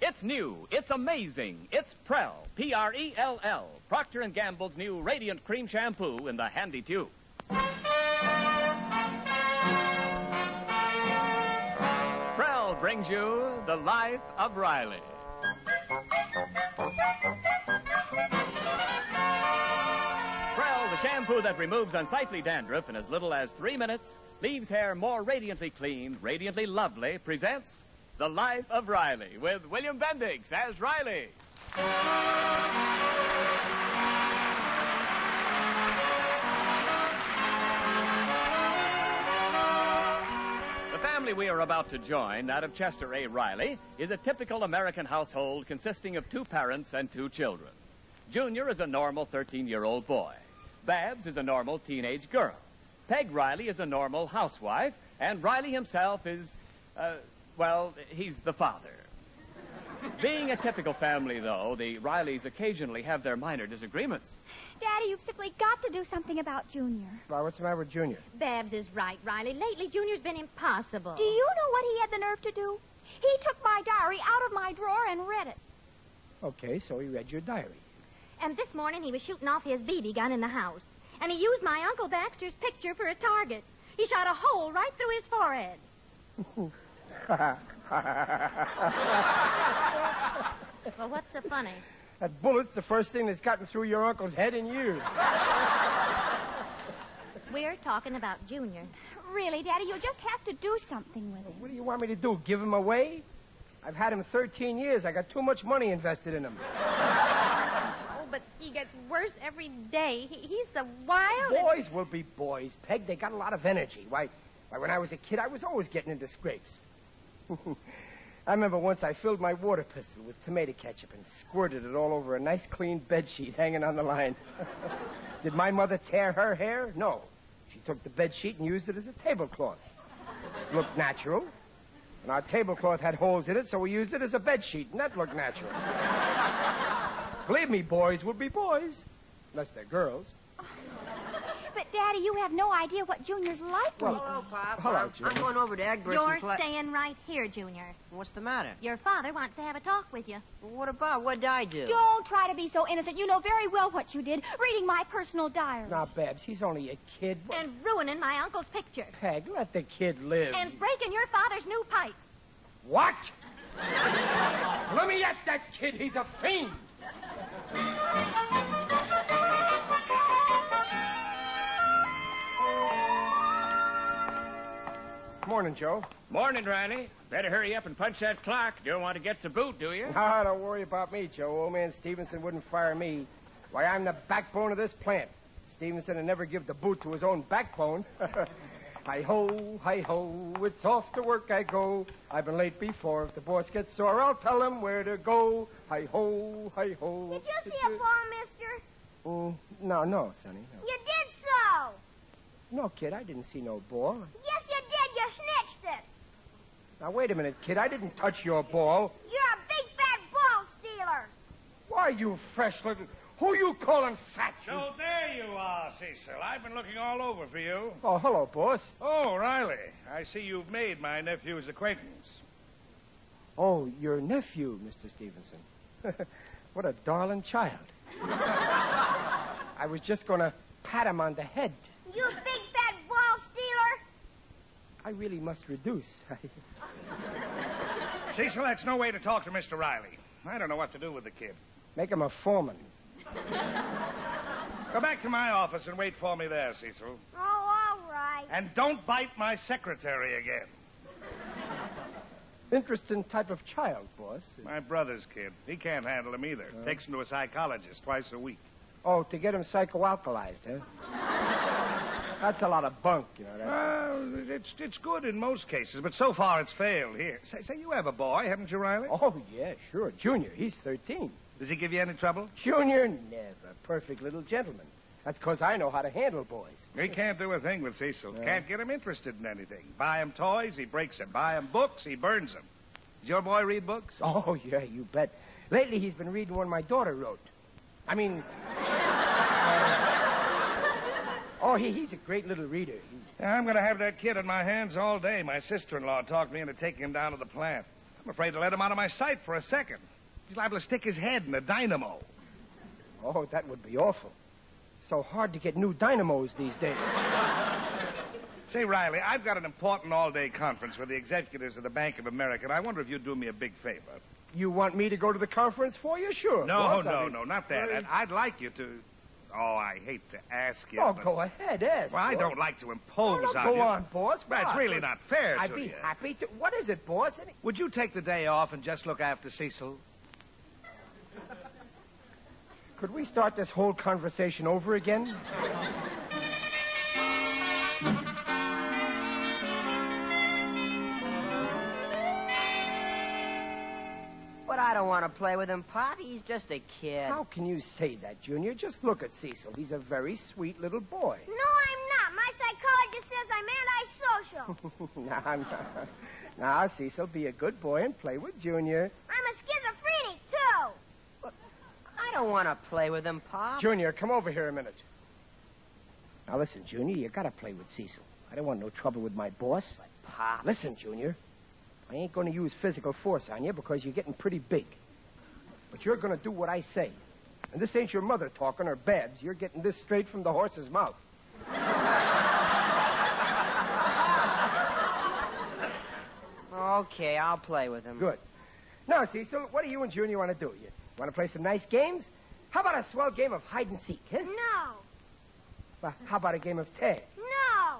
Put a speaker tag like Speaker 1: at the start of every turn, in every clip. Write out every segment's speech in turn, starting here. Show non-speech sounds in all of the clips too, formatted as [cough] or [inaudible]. Speaker 1: It's new. It's amazing. It's Prell. P R E L L. Procter and Gamble's new Radiant Cream Shampoo in the handy tube. Prell brings you The Life of Riley. Prell, the shampoo that removes unsightly dandruff in as little as three minutes, leaves hair more radiantly clean, radiantly lovely, presents The Life of Riley with William Bendix as Riley. The family we are about to join, that of Chester A. Riley, is a typical American household consisting of two parents and two children. Junior is a normal 13 year old boy. Babs is a normal teenage girl. Peg Riley is a normal housewife, and Riley himself is, uh, well, he's the father. Being a typical family, though, the Rileys occasionally have their minor disagreements.
Speaker 2: Daddy, you've simply got to do something about Junior.
Speaker 3: Well, what's the matter with Junior?
Speaker 4: Babs is right, Riley. Lately, Junior's been impossible.
Speaker 2: Do you know what he had the nerve to do? He took my diary out of my drawer and read it.
Speaker 3: Okay, so he read your [laughs] diary.
Speaker 4: And this morning, he was shooting off his BB gun in the house. And he used my Uncle Baxter's picture for a target. He shot a hole right through his
Speaker 2: [laughs]
Speaker 4: forehead. Well, what's so
Speaker 2: [laughs]
Speaker 4: funny?
Speaker 3: That bullet's the first thing that's gotten through your uncle's head in years.
Speaker 4: We're talking about Junior.
Speaker 2: Really, Daddy, you'll just have to do something with him.
Speaker 3: What do you want me to do? Give him away? I've had him 13 years. I got too much money invested in him.
Speaker 4: Oh, but he gets worse every day. He, he's so wild. [laughs] and-
Speaker 3: Boys will be boys, Peg. They got a lot of energy. Why, why when I was a kid, I was always getting into scrapes. [laughs] I remember once I filled my water pistol with tomato ketchup and squirted it all over a nice clean bed sheet hanging on the line. [laughs] Did my mother tear her hair? No. She took the bed sheet and used it as a tablecloth. Looked natural. And our tablecloth had holes in it, so we used it as a bed sheet, and that looked natural. Believe me, boys will be boys. Unless they're girls.
Speaker 2: But, Daddy, you have no idea what Junior's like
Speaker 3: Well,
Speaker 2: lately.
Speaker 5: Hello, Pop.
Speaker 3: Hello,
Speaker 5: I'm,
Speaker 3: Junior.
Speaker 5: I'm going over to Egbert's
Speaker 4: You're
Speaker 5: and collect-
Speaker 4: staying right here, Junior.
Speaker 5: What's the matter?
Speaker 4: Your father wants to have a talk with you.
Speaker 5: What about? What'd I do?
Speaker 2: Don't try to be so innocent. You know very well what you did, reading my personal diary.
Speaker 3: Now, Babs, he's only a kid. What-
Speaker 4: And ruining my uncle's picture.
Speaker 3: Peg, let the kid live.
Speaker 4: And breaking your father's new pipe.
Speaker 3: What? Let me at that kid. He's a fiend. Morning, Joe.
Speaker 1: Morning, Riley. Better hurry up and punch that clock. Don't want to get to boot, do you?
Speaker 3: Ah, don't worry about me, Joe. Old man Stevenson wouldn't fire me. Why, I'm the backbone of this plant. Stevenson would never give the boot to his own backbone. hi ho, hi ho, it's off to work I go. I've been late before. If the boss gets sore, I'll tell him where to go. Hi ho, hi ho.
Speaker 2: Did you see a ball, mister?
Speaker 3: Mm, no, no, Sonny. No.
Speaker 2: You did so.
Speaker 3: No, kid, I didn't see no ball.
Speaker 2: Yes, you did. You snitched it.
Speaker 3: Now, wait a minute, kid. I didn't touch your ball.
Speaker 2: You're a big, fat ball stealer.
Speaker 3: Why, you fresh little. Who you calling fat? you-
Speaker 6: So there you are, Cecil. I've been looking all over for you.
Speaker 3: Oh, hello, boss.
Speaker 6: Oh, Riley, I see you've made my nephew's acquaintance.
Speaker 3: Oh, your nephew, Mr. Stevenson. [laughs] what a darling child. I was just going to pat him on the head.
Speaker 2: You big, fat ball stealer.
Speaker 3: I really must reduce. [laughs]
Speaker 6: Cecil, that's no way to talk to Mr. Riley. I don't know what to do with the kid.
Speaker 3: Make him a foreman.
Speaker 6: Go back to my office and wait for me there, Cecil.
Speaker 2: Oh, all right.
Speaker 6: And don't bite my secretary again.
Speaker 3: Interesting type of child, boss.
Speaker 6: My brother's kid. He can't handle him either. Takes him to a psychologist twice a week.
Speaker 3: Oh, to get him psychoalkalized, huh? That's a lot of bunk, you know. That.
Speaker 6: Well, it's, it's good in most cases, but so far it's failed here. Say, say, you have a boy, haven't you, Riley?
Speaker 3: Oh, yeah, sure. Junior, he's 13.
Speaker 6: Does he give you any trouble?
Speaker 3: Junior, never. Perfect little gentleman. That's 'cause I know how to handle boys. [laughs]
Speaker 6: He can't do a thing with Cecil. Can't get him interested in anything. Buy him toys, he breaks them. Buy him books, he burns them. Does your boy read books?
Speaker 3: Oh, yeah, you bet. Lately, he's been reading one my daughter wrote. I mean. uh, oh, he, he's a great little reader. He-
Speaker 6: I'm going to have that kid in my hands all day. My sister-in-law talked me into taking him down to the plant. I'm afraid to let him out of my sight for a second. He's liable to stick his head in a dynamo.
Speaker 3: Oh, that would be awful. So hard to get new dynamos these days.
Speaker 6: Say, Riley, I've got an important all day conference with the executives of the Bank of America, and I wonder if you'd do me a big favor.
Speaker 3: You want me to go to the conference for you? Sure. of
Speaker 6: No,
Speaker 3: course. I
Speaker 6: no,
Speaker 3: mean-
Speaker 6: no, not that. And I'd like you to. Oh, I hate to ask you.
Speaker 3: Oh,
Speaker 6: but-
Speaker 3: go ahead, ask.
Speaker 6: Well, I
Speaker 3: boss.
Speaker 6: don't like to impose
Speaker 3: No, no,
Speaker 6: on
Speaker 3: go
Speaker 6: you.
Speaker 3: on, boss.
Speaker 6: That's
Speaker 3: boss.
Speaker 6: really not fair
Speaker 3: I'd
Speaker 6: to
Speaker 3: be
Speaker 6: you.
Speaker 3: happy to. What is it, boss? Any-
Speaker 6: Would you take the day off and just look after Cecil?
Speaker 3: Could we start this whole conversation over again? [laughs]
Speaker 5: But I don't want to play with him, Pop. He's just a kid.
Speaker 3: How can you say that, Junior? Just look at Cecil. He's a very sweet little boy. [laughs]
Speaker 2: No, I'm not. My psychologist says I'm
Speaker 3: [laughs]
Speaker 2: antisocial.
Speaker 3: now, I'm not. Now, Cecil, be a good boy and play with Junior.
Speaker 2: I'm a schizophrenic, too.
Speaker 5: I don't want to play with him, Pop.
Speaker 3: Junior, come over here a minute. Now, listen, Junior, you gotta play with Cecil. I don't want no trouble with my boss.
Speaker 5: Pop.
Speaker 3: Ah, Listen, Junior, I ain't gonna use physical force on you because you're getting pretty big. But you're gonna do what I say. And this ain't your mother talking or Babs. You're getting this straight from the horse's mouth.
Speaker 5: Okay, I'll play with him.
Speaker 3: Good. Now, Cecil, what do you and Junior want to do? You want to play some nice games? How about a swell game of hide and seek? Huh?
Speaker 2: No,
Speaker 3: Well, How about a game of tag?
Speaker 2: no.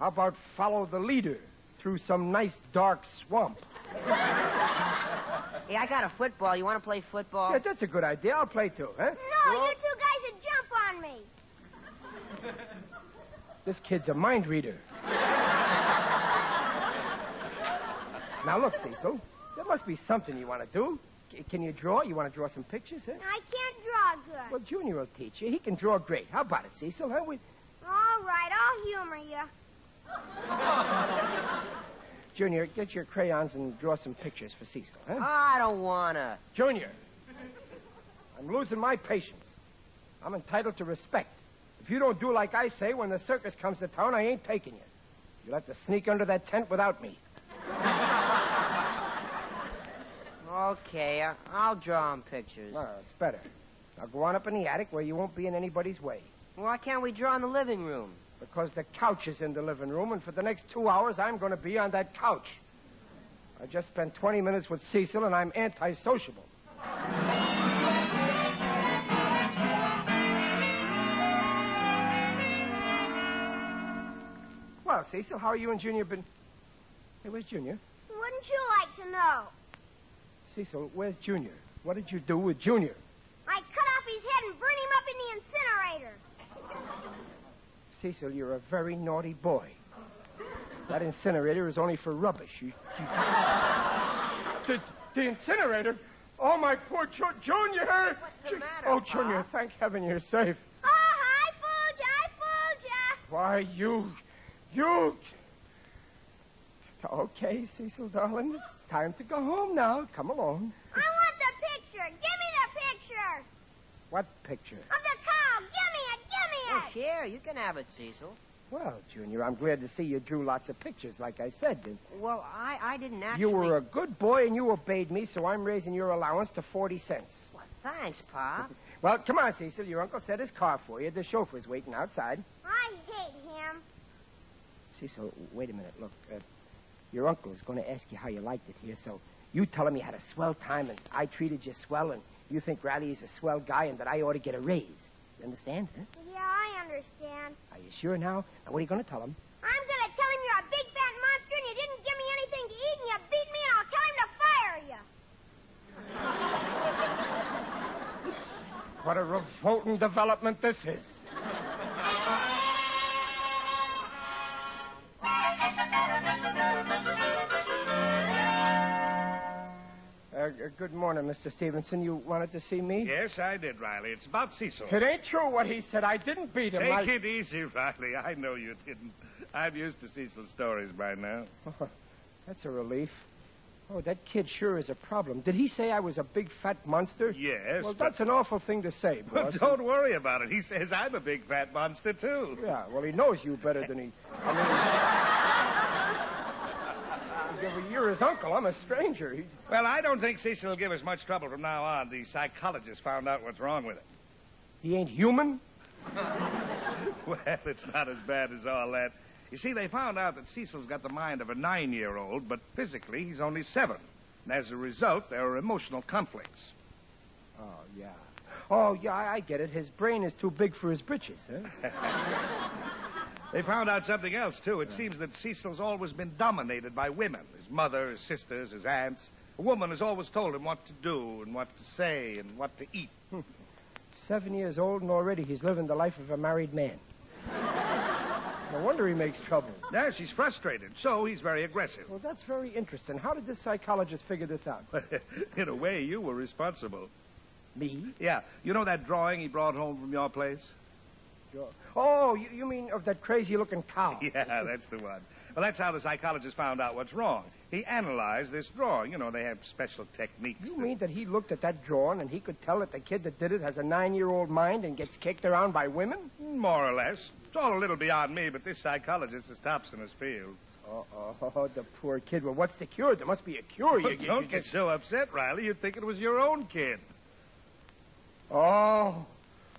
Speaker 3: How about follow the leader through some nice dark swamp?
Speaker 5: [laughs] Hey, I got a football. You want to play football?
Speaker 3: Yeah, that's a good idea. I'll play too, huh?
Speaker 2: No, you two guys would jump on me.
Speaker 3: This kid's a mind reader. now, look, Cecil. There must be something you want to do. C- can you draw? You want to draw some pictures, huh?
Speaker 2: I can't draw good.
Speaker 3: Well, Junior will teach you. He can draw great. How about it, Cecil? Huh? We...
Speaker 2: All right, I'll humor you.
Speaker 3: Junior, get your crayons and draw some pictures for Cecil, huh?
Speaker 5: I don't want to.
Speaker 3: Junior, I'm losing my patience. I'm entitled to respect. If you don't do like I say, when the circus comes to town, I ain't taking you. You'll have to sneak under that tent without me.
Speaker 5: Okay, I- I'll draw him pictures.
Speaker 3: No, it's better. Now go on up in the attic where you won't be in anybody's way.
Speaker 5: Why can't we draw in the living room?
Speaker 3: Because the couch is in the living room, and for the next two hours, I'm going to be on that couch. I just spent 20 minutes with Cecil, and I'm antisociable. Well, Cecil, how are you and Junior been? Hey, where's Junior?
Speaker 2: Wouldn't you like to know?
Speaker 3: Cecil, where's Junior? What did you do with Junior?
Speaker 2: I cut off his head and burn him up in the incinerator.
Speaker 3: Cecil, you're a very naughty boy. That incinerator is only for rubbish. You, you... the, the incinerator? Oh, my poor Ju- Junior!
Speaker 5: What's the
Speaker 3: Ju-
Speaker 5: matter,
Speaker 3: oh, Junior,
Speaker 5: Pop?
Speaker 3: thank heaven you're safe.
Speaker 2: Oh, I fooled you, I fooled you.
Speaker 3: Why, you. You. Okay, Cecil, darling, it's time to go home now. Come along.
Speaker 2: I want the picture. Give me the picture
Speaker 3: What picture?
Speaker 2: of the cow. Give me it, give me
Speaker 5: Oh,
Speaker 2: it.
Speaker 5: here, you can have it, Cecil.
Speaker 3: Well, Junior, I'm glad to see you drew lots of pictures, like I said.
Speaker 5: Well, I, I didn't actually.
Speaker 3: You were a good boy and you obeyed me, so I'm raising your allowance to 40 cents.
Speaker 5: Well, thanks, Pop.
Speaker 3: Well, come on, Cecil. Your uncle set his car for you. The chauffeur's waiting outside.
Speaker 2: I hate him.
Speaker 3: Cecil, wait a minute. Look, uh, your uncle is going to ask you how you liked it here, so you tell him you had a swell time and I treated you swell and you think Riley is a swell guy and that I ought to get a raise. You understand? Huh?
Speaker 2: Yeah, I understand.
Speaker 3: Are you sure now? Now, what are you going to tell him?
Speaker 2: I'm gonna tell him you're a big fat monster and you didn't give me anything to eat and you beat me and I'll tell him to fire you.
Speaker 3: What a revolting development this is. Uh, uh, good morning, Mr. Stevenson. You wanted to see me?
Speaker 6: Yes, I did, Riley. It's about Cecil.
Speaker 3: It ain't true what he said. I didn't beat him.
Speaker 6: Take
Speaker 3: I...
Speaker 6: it easy, Riley. I know you didn't. I'm used to Cecil's stories by now.
Speaker 3: Oh, That's a relief. Oh, that kid sure is a problem. Did he say I was a big fat monster?
Speaker 6: Yes,
Speaker 3: Well,
Speaker 6: but-
Speaker 3: that's an awful thing
Speaker 6: [laughs]
Speaker 3: to say,
Speaker 6: Well,
Speaker 3: boss.
Speaker 6: don't worry about it. He says I'm a big fat monster, too.
Speaker 3: Yeah, well, he knows you better than he. I mean, Yeah, well, you're his uncle. I'm a stranger. He-
Speaker 6: Well, I don't think Cecil will give us much trouble from now on. The psychologist found out what's wrong with him.
Speaker 3: He ain't human?
Speaker 6: [laughs] Well, it's not as bad as all that. You see, they found out that Cecil's got the mind of a nine year old, but physically he's only seven. And as a result, there are emotional conflicts.
Speaker 3: Oh, yeah. Oh, yeah, I I get it. His brain is too big for his britches, huh?
Speaker 6: They found out something else, too. It seems that Cecil's always been dominated by women his mother, his sisters, his aunts. A woman has always told him what to do and what to say and what to eat. [laughs]
Speaker 3: Hmm. Seven years old, and already he's living the life of a married man. [laughs] No wonder he makes trouble.
Speaker 6: Now she's frustrated, so he's very aggressive.
Speaker 3: Well, that's very interesting. How did this psychologist figure
Speaker 6: [laughs]
Speaker 3: this out?
Speaker 6: In a way, you were responsible.
Speaker 3: Me?
Speaker 6: Yeah, you know that drawing he brought home from your place?
Speaker 3: Sure. Oh, you, you mean of that crazy looking cow?
Speaker 6: [laughs] Yeah, that's the one. Well, that's how the psychologist found out what's wrong. He analyzed this drawing. You know, they have special techniques.
Speaker 3: You
Speaker 6: that-
Speaker 3: mean that he looked at that drawing and he could tell that the kid that did it has a nine year old mind and gets kicked around by women?
Speaker 6: More or less. It's all a little beyond me, but this psychologist is tops in his field.
Speaker 3: Oh, the poor kid. Well, what's the cure? There must be a cure. You, you-
Speaker 6: Don't
Speaker 3: you
Speaker 6: get so upset, Riley. You'd think it was your own kid.
Speaker 3: Oh,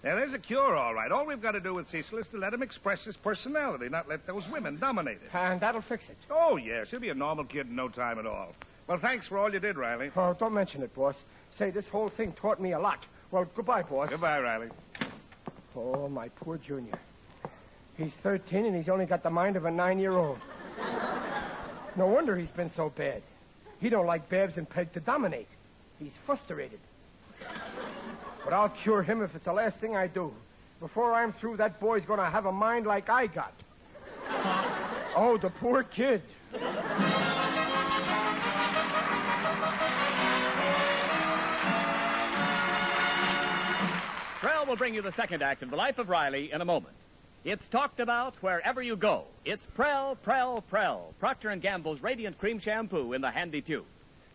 Speaker 6: Now, there's a cure, all right. All we've got to do with Cecil is to let him express his personality, not let those women dominate it.
Speaker 3: and that'll fix it.
Speaker 6: Oh, yes. He'll be a normal kid in no time at all. Well, thanks for all you did, Riley.
Speaker 3: Oh, don't mention it, boss. Say, this whole thing taught me a lot. Well, goodbye, boss.
Speaker 6: Goodbye, Riley.
Speaker 3: Oh, my poor Junior. He's 13 and he's only got the mind of a nine-year-old. No wonder he's been so bad. He don't like Babs and Peg to dominate. He's frustrated. But I'll cure him if it's the last thing I do. Before I'm through, that boy's going to have a mind like I got. Oh, the poor kid.
Speaker 1: Trell will bring you the second act of The Life of Riley in a moment. It's talked about wherever you go. It's Prel, Prel, Prel, Procter & Gamble's Radiant Cream Shampoo in the handy tube.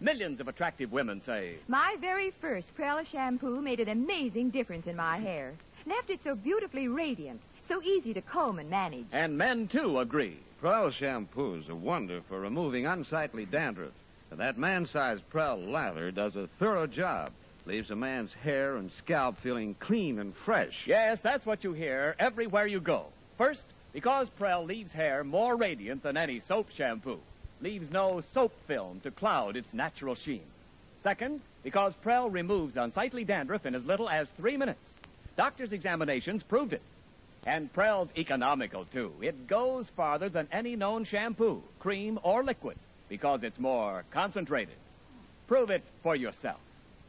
Speaker 1: Millions of attractive women say,
Speaker 7: My very first Prella shampoo made an amazing difference in my hair. Left it so beautifully radiant, so easy to comb and manage.
Speaker 1: and men too agree.
Speaker 8: Prel shampoo's a wonder for removing unsightly dandruff. And that man-sized Prel lather does a thorough job. Leaves a man's hair and scalp feeling clean and fresh.
Speaker 1: Yes, that's what you hear everywhere you go. First, because Prel leaves hair more radiant than any soap shampoo, leaves no soap film to cloud its natural sheen. Second, because Prel removes unsightly dandruff in as little as three minutes. Doctors' examinations proved it. And Prel's economical, too. It goes farther than any known shampoo, cream, or liquid because it's more concentrated. Prove it for yourself.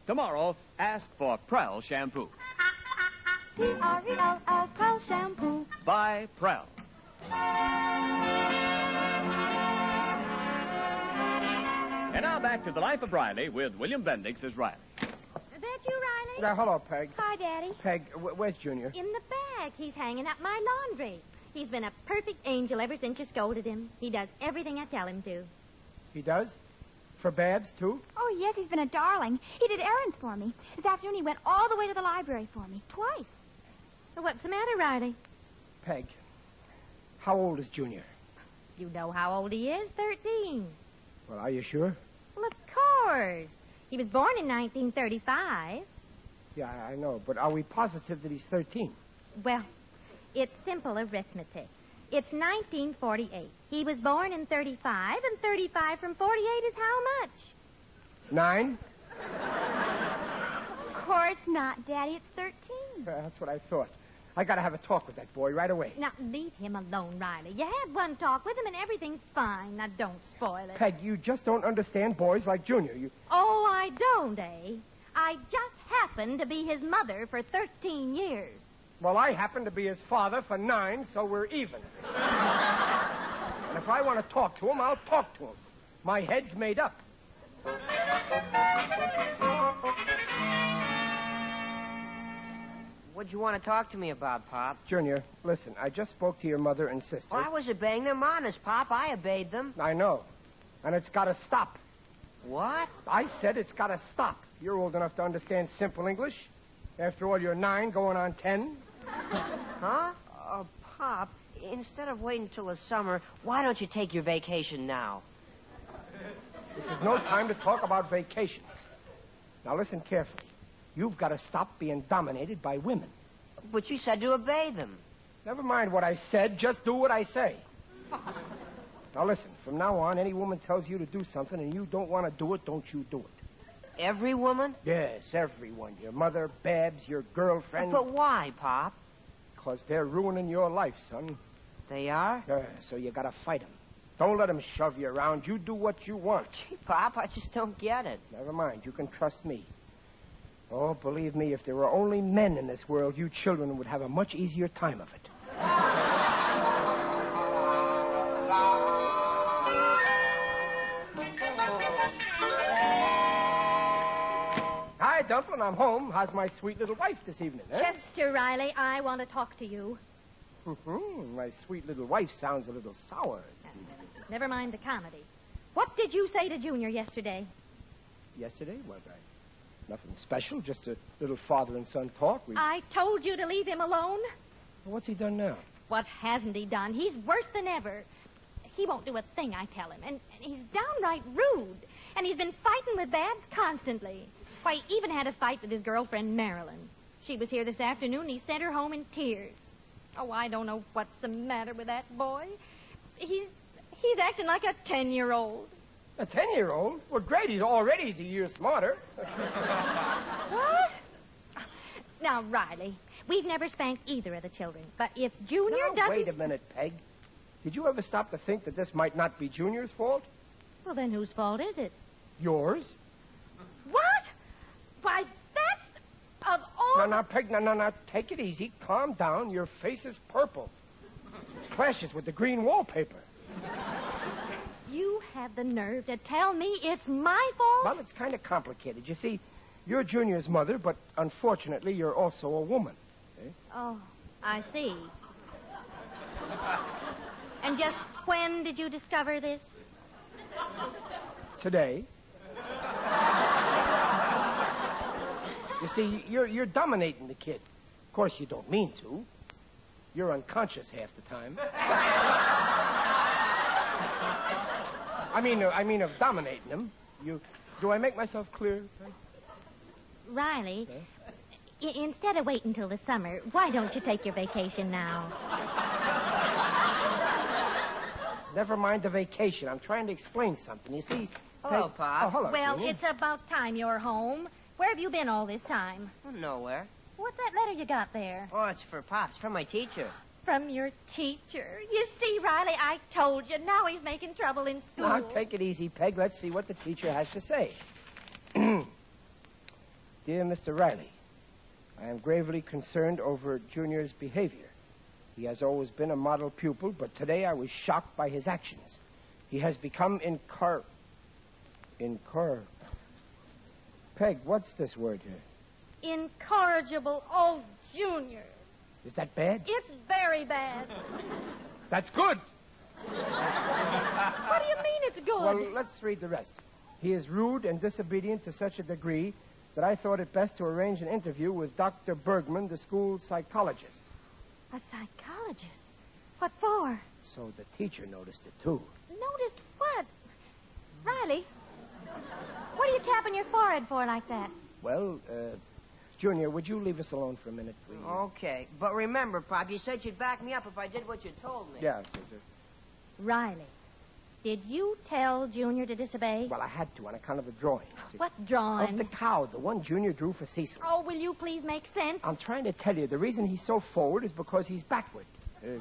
Speaker 1: Tomorrow, ask for Prel shampoo.
Speaker 9: E
Speaker 4: P-R-E-L-L, Prel shampoo.
Speaker 1: Buy Prel. And now back to the life of Riley with William Bendix as Riley.
Speaker 4: Is that you, Riley?
Speaker 3: Now, hello, Oh, Peg.
Speaker 4: Hi, Daddy.
Speaker 3: Peg, wh- where's Junior?
Speaker 4: In the bag. He's hanging up my laundry. He's been a perfect angel ever since you scolded him. He does everything I tell him to.
Speaker 3: He does? For Babs, too?
Speaker 10: Oh, yes, he's been a darling. He did errands for me. This afternoon, he went all the way to the library for me, twice.
Speaker 4: What's the matter, Riley?
Speaker 3: Peg, how old is Junior?
Speaker 4: You know how old he is, 13.
Speaker 3: Well, are you sure?
Speaker 4: Well, of course. He was born in 1935.
Speaker 3: Yeah, I I know, but are we positive that he's 13?
Speaker 4: Well, it's simple arithmetic. It's 1948. He was born in 35, and 35 from 48 is how much?
Speaker 3: Nine?
Speaker 10: Of course not, Daddy. It's 13.
Speaker 3: Uh, that's what I thought. I gotta have a talk with that boy right away.
Speaker 4: Now, leave him alone, Riley. You had one talk with him, and everything's fine. Now, don't spoil it.
Speaker 3: Peg, you just don't understand boys like Junior. You,
Speaker 4: Oh, I don't, eh? I just happened to be his mother for 13 years.
Speaker 3: well, I happen to be his father for nine, so we're even. and if I want to talk to him, I'll talk to him. My head's made up. [laughs]
Speaker 5: What'd you want to talk to me about, Pop?
Speaker 3: Junior, listen, I just spoke to your mother and sister.
Speaker 5: Well, I was obeying them honest, Pop. I obeyed them.
Speaker 3: I know. And it's gotta stop.
Speaker 5: What?
Speaker 3: I said it's gotta stop. You're old enough to understand simple English. After all, you're nine going on ten.
Speaker 5: Huh? Uh, Pop, instead of waiting till the summer, why don't you take your vacation now?
Speaker 3: This is no time to talk about vacations. Now listen carefully. You've got to stop being dominated by women.
Speaker 5: But you said to obey them.
Speaker 3: Never mind what I said, just do what
Speaker 5: [laughs]
Speaker 3: I say. Now listen, from now on, any woman tells you to do something and you don't want to do it, don't you do it.
Speaker 5: Every woman?
Speaker 3: Yes, everyone. Your mother, Babs, your girlfriend.
Speaker 5: But why, Pop?
Speaker 3: Because they're ruining your life, son.
Speaker 5: They are?
Speaker 3: Yeah, so you got to fight 'em. Don't let 'em shove you around. You do what you want.
Speaker 5: Gee, Pop, I just don't get it.
Speaker 3: Never mind. You can trust me. Oh, believe me, if there were only men in this world, you children would have a much easier time of it. Hi, Dumplin', I'm home. How's my sweet little wife this evening, eh?
Speaker 4: Chester Riley, I want to talk to you.
Speaker 5: Mm-hmm.
Speaker 3: Mhm, my sweet little wife sounds a little sour.
Speaker 4: Never mind the comedy. What did you say to Junior yesterday?
Speaker 3: Yesterday, was I? Nothing special, just a little father and son talk. We...
Speaker 4: I told you to leave him alone.
Speaker 3: What's he done now?
Speaker 4: What hasn't he done? He's worse than ever. He won't do a thing I tell him, and, and he's downright rude. And he's been fighting with Babs constantly. Why, he even had a fight with his girlfriend, Marilyn. She was here this afternoon, and he sent her home in tears. Oh, I don't know what's the matter with that boy. He's he's acting like a ten-year-old.
Speaker 3: A ten-year-old? Well, great, he's already he's a year smarter.
Speaker 4: What? Now, Riley, we've never spanked either of the children, but if Junior
Speaker 3: Now,
Speaker 4: doesn't,
Speaker 3: wait a minute, Peg. Did you ever stop to think that this might not be Junior's fault?
Speaker 4: well, then whose fault is it?
Speaker 3: Yours?
Speaker 4: What? Why, that's of all.
Speaker 3: No, now, Peg, no, no, no. Take it easy. Calm down. Your face is purple. Clashes with the green wallpaper.
Speaker 4: You have the nerve to tell me it's my fault?
Speaker 3: Well, it's kind of complicated. You see, you're Junior's mother, but unfortunately, you're also a woman.
Speaker 4: Oh, I see. and just when did you discover this?
Speaker 3: Today. you see, you're, you're dominating the kid. Of course, you don't mean to. You're unconscious half the time. I mean, uh, I mean of dominating him. You, do I make myself clear?
Speaker 4: Riley, i- instead of waiting till the summer, why don't you take your vacation now?
Speaker 3: Never mind the vacation. I'm trying to explain something. You see,
Speaker 5: Hello,
Speaker 3: Peg-
Speaker 5: Pop.
Speaker 3: Oh, hello.
Speaker 4: well,
Speaker 3: Junior.
Speaker 4: it's about time you're home. Where have you been all this time?
Speaker 5: Oh, Nowhere.
Speaker 4: What's that letter you got there?
Speaker 5: Oh, it's for Pops, from my teacher.
Speaker 4: From your teacher. You see, Riley, I told you. Now he's making trouble in school.
Speaker 3: Now, take it easy, Peg. Let's see what the teacher has to say. [clears throat] Dear Mr. Riley, I am gravely concerned over Junior's behavior. He has always been a model pupil, but today I was shocked by his actions. He has become incar... Incar... Peg, what's this word here?
Speaker 4: Incorrigible old Junior.
Speaker 3: Is that bad?
Speaker 4: It's very bad.
Speaker 3: That's good!
Speaker 4: What do you mean it's good?
Speaker 3: Well, let's read the rest. He is rude and disobedient to such a degree that I thought it best to arrange an interview with Dr. Bergman, the school psychologist.
Speaker 4: A psychologist? What for?
Speaker 3: So the teacher noticed it, too.
Speaker 4: Noticed what? Riley, what are you tapping your forehead for like that?
Speaker 3: Well, uh, Junior, would you leave us alone for a minute, please?
Speaker 5: Oh, Okay, but remember, Pop, you said you'd back me up if I did what you told me.
Speaker 3: Yeah. Junior.
Speaker 4: Riley, did you tell Junior to disobey?
Speaker 3: Well, I had to on account of the drawing. See?
Speaker 4: what drawing?
Speaker 3: Of the cow, the one Junior drew for Cecil.
Speaker 4: Oh, will you please make sense?
Speaker 3: I'm trying to tell you, the reason he's so forward is because he's backward. Uh,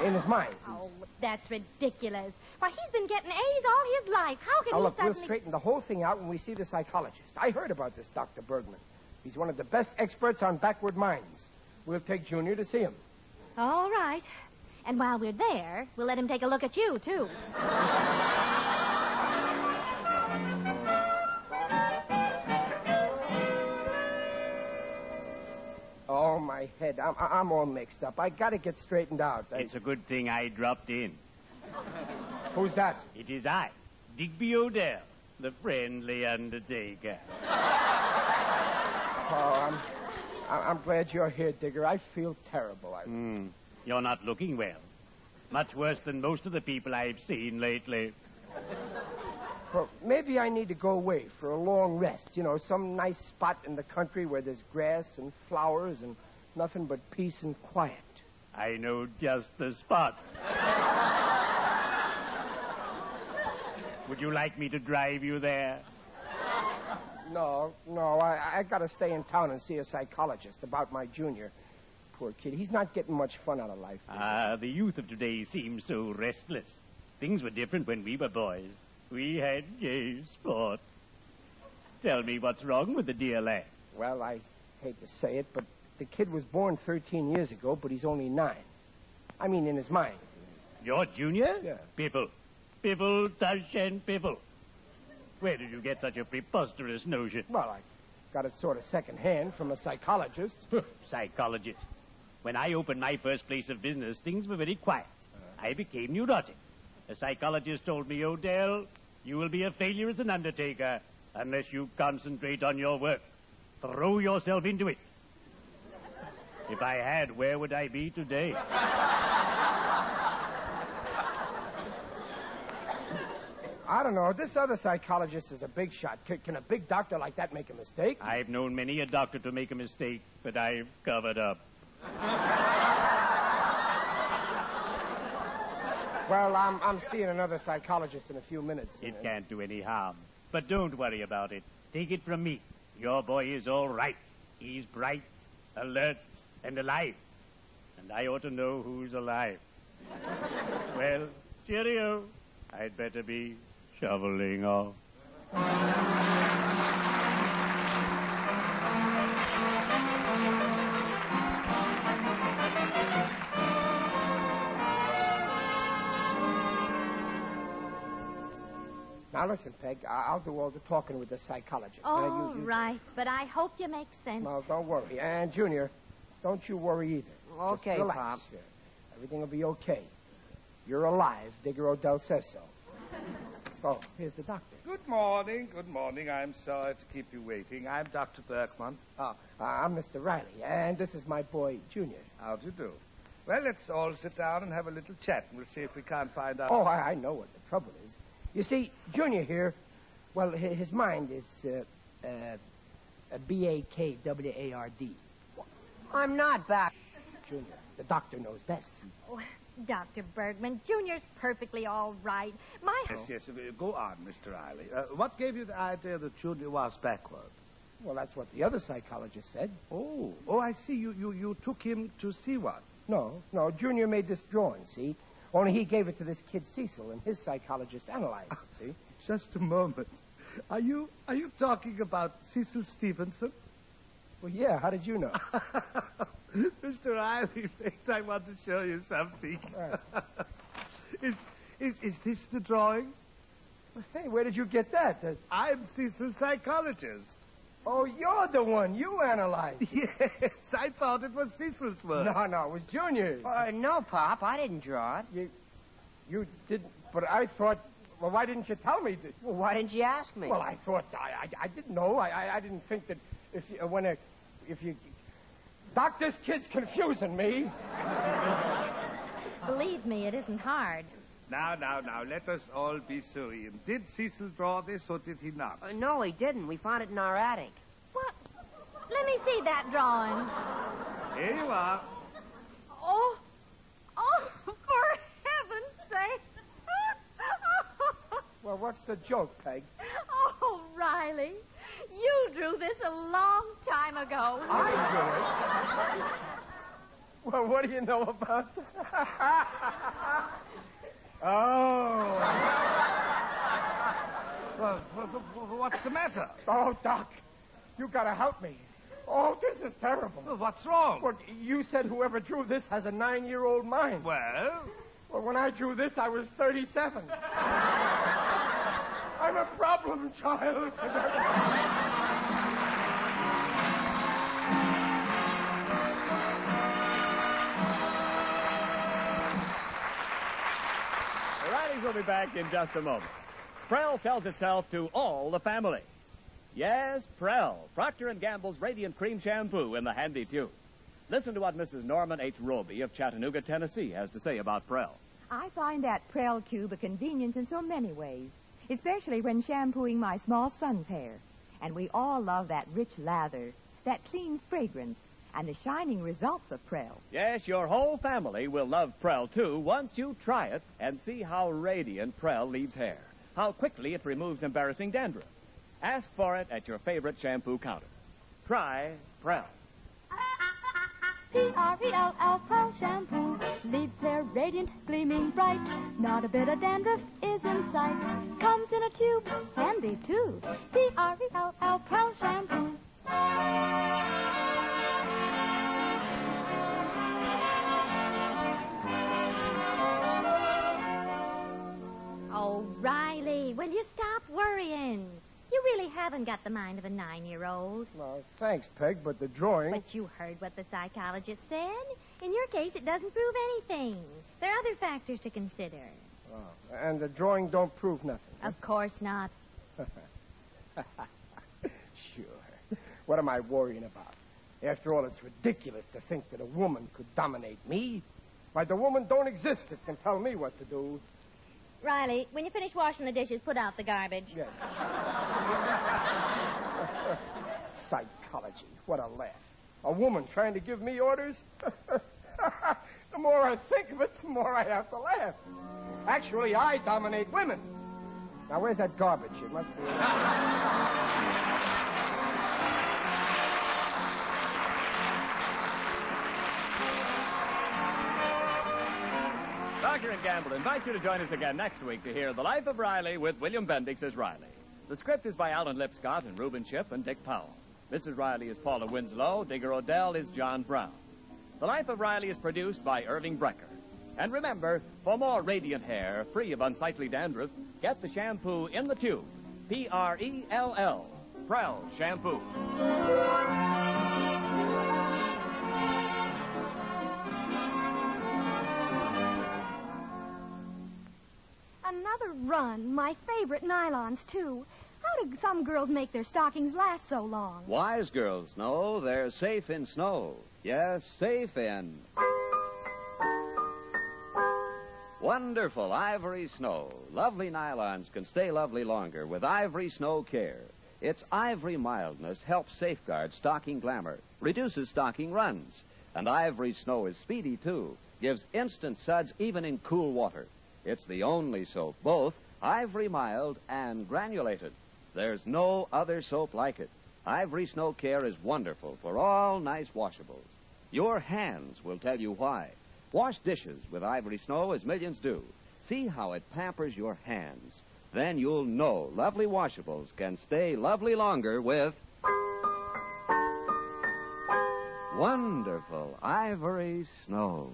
Speaker 3: in, in his mind.
Speaker 4: Oh, that's ridiculous. Why, he's been getting A's all his life. How can
Speaker 3: Now,
Speaker 4: he
Speaker 3: look,
Speaker 4: suddenly...
Speaker 3: we'll straighten the whole thing out when we see the psychologist. I heard about this Dr. Bergman. He's one of the best experts on backward minds. We'll take Junior to see him.
Speaker 4: All right. And while we're there, we'll let him take a look at you, too.
Speaker 3: Oh, my head. I'm, I- I'm all mixed up. I got to get straightened out. I-
Speaker 11: It's a good thing I dropped in.
Speaker 3: Who's that?
Speaker 11: It is I, Digby Odell, the friendly undertaker.
Speaker 3: Oh, I'm, I- I'm glad you're here, Digger. I feel terrible. I...
Speaker 11: Hmm. You're not looking well. Much worse than most of the people I've seen lately.
Speaker 3: Well, maybe I need to go away for a long rest. You know, some nice spot in the country where there's grass and flowers and nothing but peace and quiet.
Speaker 11: I know just the spot. Would you like me to drive you there?
Speaker 3: No, no, I, I gotta stay in town and see a psychologist about my junior. Poor kid, he's not getting much fun out of life.
Speaker 11: Ah, the youth of today seems so restless. Things were different when we were boys. We had gay sport. Tell me what's wrong with the dear lad.
Speaker 3: Well, I hate to say it, but the kid was born 13 years ago, but he's only nine. I mean, in his mind.
Speaker 11: Your junior? Yeah. Piffle. Piffle, Tush, and Piffle. Where did you get such a preposterous notion?
Speaker 3: Well, I got it sort of secondhand from
Speaker 11: [laughs]
Speaker 3: a psychologist.
Speaker 11: Psychologists. When I opened my first place of business, things were very quiet.
Speaker 3: Uh-huh.
Speaker 11: I became neurotic. A psychologist told me, Odell, you will be a failure as an undertaker unless you concentrate on your work. Throw yourself into it. If I had, where would I be today?
Speaker 3: I don't know. This other psychologist is a big shot. Can, can a big doctor like that make a mistake?
Speaker 11: I've known many a doctor to make a mistake, but I've covered up.
Speaker 3: Well, I'm, I'm seeing another psychologist in a few minutes.
Speaker 11: It can't do any harm. But don't worry about it. Take it from me. Your boy is all right. He's bright, alert, and alive. And I ought to know who's
Speaker 3: [laughs]
Speaker 11: alive. well, cheerio. I'd better be shoveling off.
Speaker 3: Now, listen, Peg, I- I'll do all the talking with the psychologist. Now, you-
Speaker 4: All
Speaker 3: you-
Speaker 4: right, but I hope you make sense.
Speaker 3: No, don't worry. And, Junior, don't you worry either. Just
Speaker 5: Okay,
Speaker 3: relax.
Speaker 5: Pop.
Speaker 3: Yeah. Everything will be okay. You're alive. Digger Odell says
Speaker 5: [laughs]
Speaker 3: so. Oh, here's the doctor.
Speaker 6: Good morning, good morning. I'm sorry to keep you waiting. I'm Dr. Berkman. Ah,
Speaker 3: Oh, uh, I'm Mr. Riley, and this is my boy, Junior.
Speaker 6: How do you do? Well, let's all sit down and have a little chat, and we'll see if we can't find out.
Speaker 3: Oh, I, I know what the trouble is. You see, Junior here, well, hi- his mind is uh, uh, uh, B A K W A R D.
Speaker 5: I'm not back.
Speaker 3: Junior, the doctor knows best.
Speaker 4: Oh, Dr. Bergman, Junior's perfectly all right. My
Speaker 6: Yes, yes. uh, Go on, Mr. Riley. Uh, what gave you the idea that Junior was backward?
Speaker 3: Well, that's what the other psychologist said.
Speaker 6: Oh, oh, I see. You, you, you took him to see what?
Speaker 3: No, no, Junior made this drawing, see? Only he gave it to this kid Cecil, and his psychologist analyzed it, see?
Speaker 6: [laughs] Just a moment. Are you are you talking about Cecil Stevenson?
Speaker 3: Well, yeah, how did
Speaker 6: [laughs]
Speaker 3: you know?
Speaker 6: Mr. Riley, [laughs] wait, I want to show you something. [laughs] is, is, is this the drawing?
Speaker 3: hey, where did you get that? Uh,
Speaker 6: I'm Cecil's psychologist.
Speaker 3: oh, you're the one.
Speaker 5: [laughs]
Speaker 3: You analyzed. it.
Speaker 6: Yes, I thought it was Cecil's work.
Speaker 3: No, no, it was Junior's.
Speaker 5: Uh, no, Pop, I didn't draw it.
Speaker 3: You didn't, but I thought, well, why didn't you tell me? That,
Speaker 5: Well, why didn't you ask me?
Speaker 3: well, I thought, I, I, I didn't know. I, I, I didn't think that if you, when a, if you, Doc, this kid's confusing me.
Speaker 4: [laughs] believe me, it isn't hard.
Speaker 6: Now, now, now, let us all be serene. Did Cecil draw this or did he not?
Speaker 5: Uh, no, he didn't. We found it in our attic.
Speaker 4: What? Let me see that drawing.
Speaker 6: Here you are.
Speaker 4: Oh, oh, for heaven's sake. [laughs]
Speaker 3: Well, what's the joke, Peg?
Speaker 4: oh, Riley, you drew this a long time ago.
Speaker 3: I do it. well, what do you know about that? [laughs] oh.
Speaker 6: Well, w- w- w- what's the matter?
Speaker 3: Oh, Doc, you gotta help me. Oh, this is terrible.
Speaker 6: Well, what's wrong?
Speaker 3: Well, you said whoever drew this has a nine-year-old mind.
Speaker 6: Well,
Speaker 3: Well, when I drew this, I was 37. I'm a problem child.
Speaker 1: The Rileys will be back in just a moment. Prell sells itself to all the family. Yes, Prell, Procter & Gamble's Radiant Cream Shampoo in the handy tube. Listen to what Mrs. Norman H. Roby of Chattanooga, Tennessee has to say about Prell.
Speaker 7: I find that Prel Cube a convenience in so many ways. especially when shampooing my small son's hair. And we all love that rich lather, that clean fragrance, and the shining results of Prel.
Speaker 1: Yes, your whole family will love Prel too once you try it and see how radiant Prel leaves hair, how quickly it removes embarrassing dandruff. Ask for it at your favorite shampoo counter. Try Prel.
Speaker 9: P-R-E-L-L E Pearl Shampoo leaves hair radiant, gleaming bright. Not a bit of dandruff is in sight. Comes in a tube, handy too. P-R-E-L-L Pearl Shampoo.
Speaker 4: Oh, Riley, will you stop worrying? You really haven't got the mind of a nine-year-old.
Speaker 3: Well, thanks, Peg, but the drawing.
Speaker 4: But you heard what the psychologist said. In your case, it doesn't prove anything. There are other factors to consider.
Speaker 3: Oh, and the drawing don't prove nothing.
Speaker 4: Of course not.
Speaker 3: [laughs] sure. What am I worrying about? After all, it's ridiculous to think that a woman could dominate me. Why, the woman don't exist that can tell me what to do. [laughs]
Speaker 4: Riley, when you finish washing the dishes, put out the garbage.
Speaker 3: Yes. Psychology. What a laugh. A woman trying to give me orders? [laughs] the more I think of it, the more I have to laugh. Actually, I dominate women. Now, where's that garbage? It must be. [laughs]
Speaker 1: Procter & Gamble invite you to join us again next week to hear The Life of Riley with William Bendix as Riley. The script is by Alan Lipscott and Reuben Ship and Dick Powell. Mrs. Riley is Paula Winslow. Digger Odell is John Brown. The Life of Riley is produced by Irving Brecker. And remember, for more radiant hair free of unsightly dandruff, get the shampoo in the tube. P R E L L. Prell Shampoo.
Speaker 10: Another run. My favorite nylons, too. How do some girls make their stockings last so long?
Speaker 8: Wise girls know they're safe in snow. Yes, safe in. Wonderful ivory snow. Lovely nylons can stay lovely longer with ivory snow care. Its ivory mildness helps safeguard stocking glamour, reduces stocking runs. And ivory snow is speedy, too. Gives instant suds even in cool water. It's the only soap, both ivory mild and granulated. There's no other soap like it. Ivory Snow Care is wonderful for all nice washables. Your hands will tell you why. Wash dishes with Ivory Snow as millions do. See how it pampers your hands. Then you'll know lovely washables can stay lovely longer with wonderful Ivory Snow.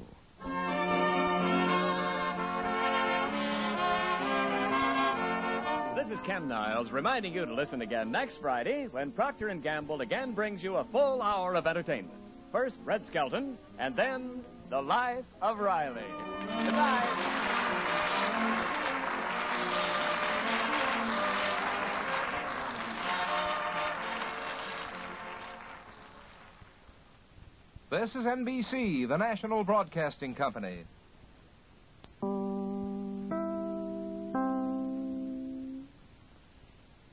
Speaker 1: This is Ken Niles reminding you to listen again next Friday when Procter & Gamble again brings you a full hour of entertainment. First, Red Skelton, and then The Life of Riley. Goodbye.
Speaker 12: This is NBC, the national broadcasting company.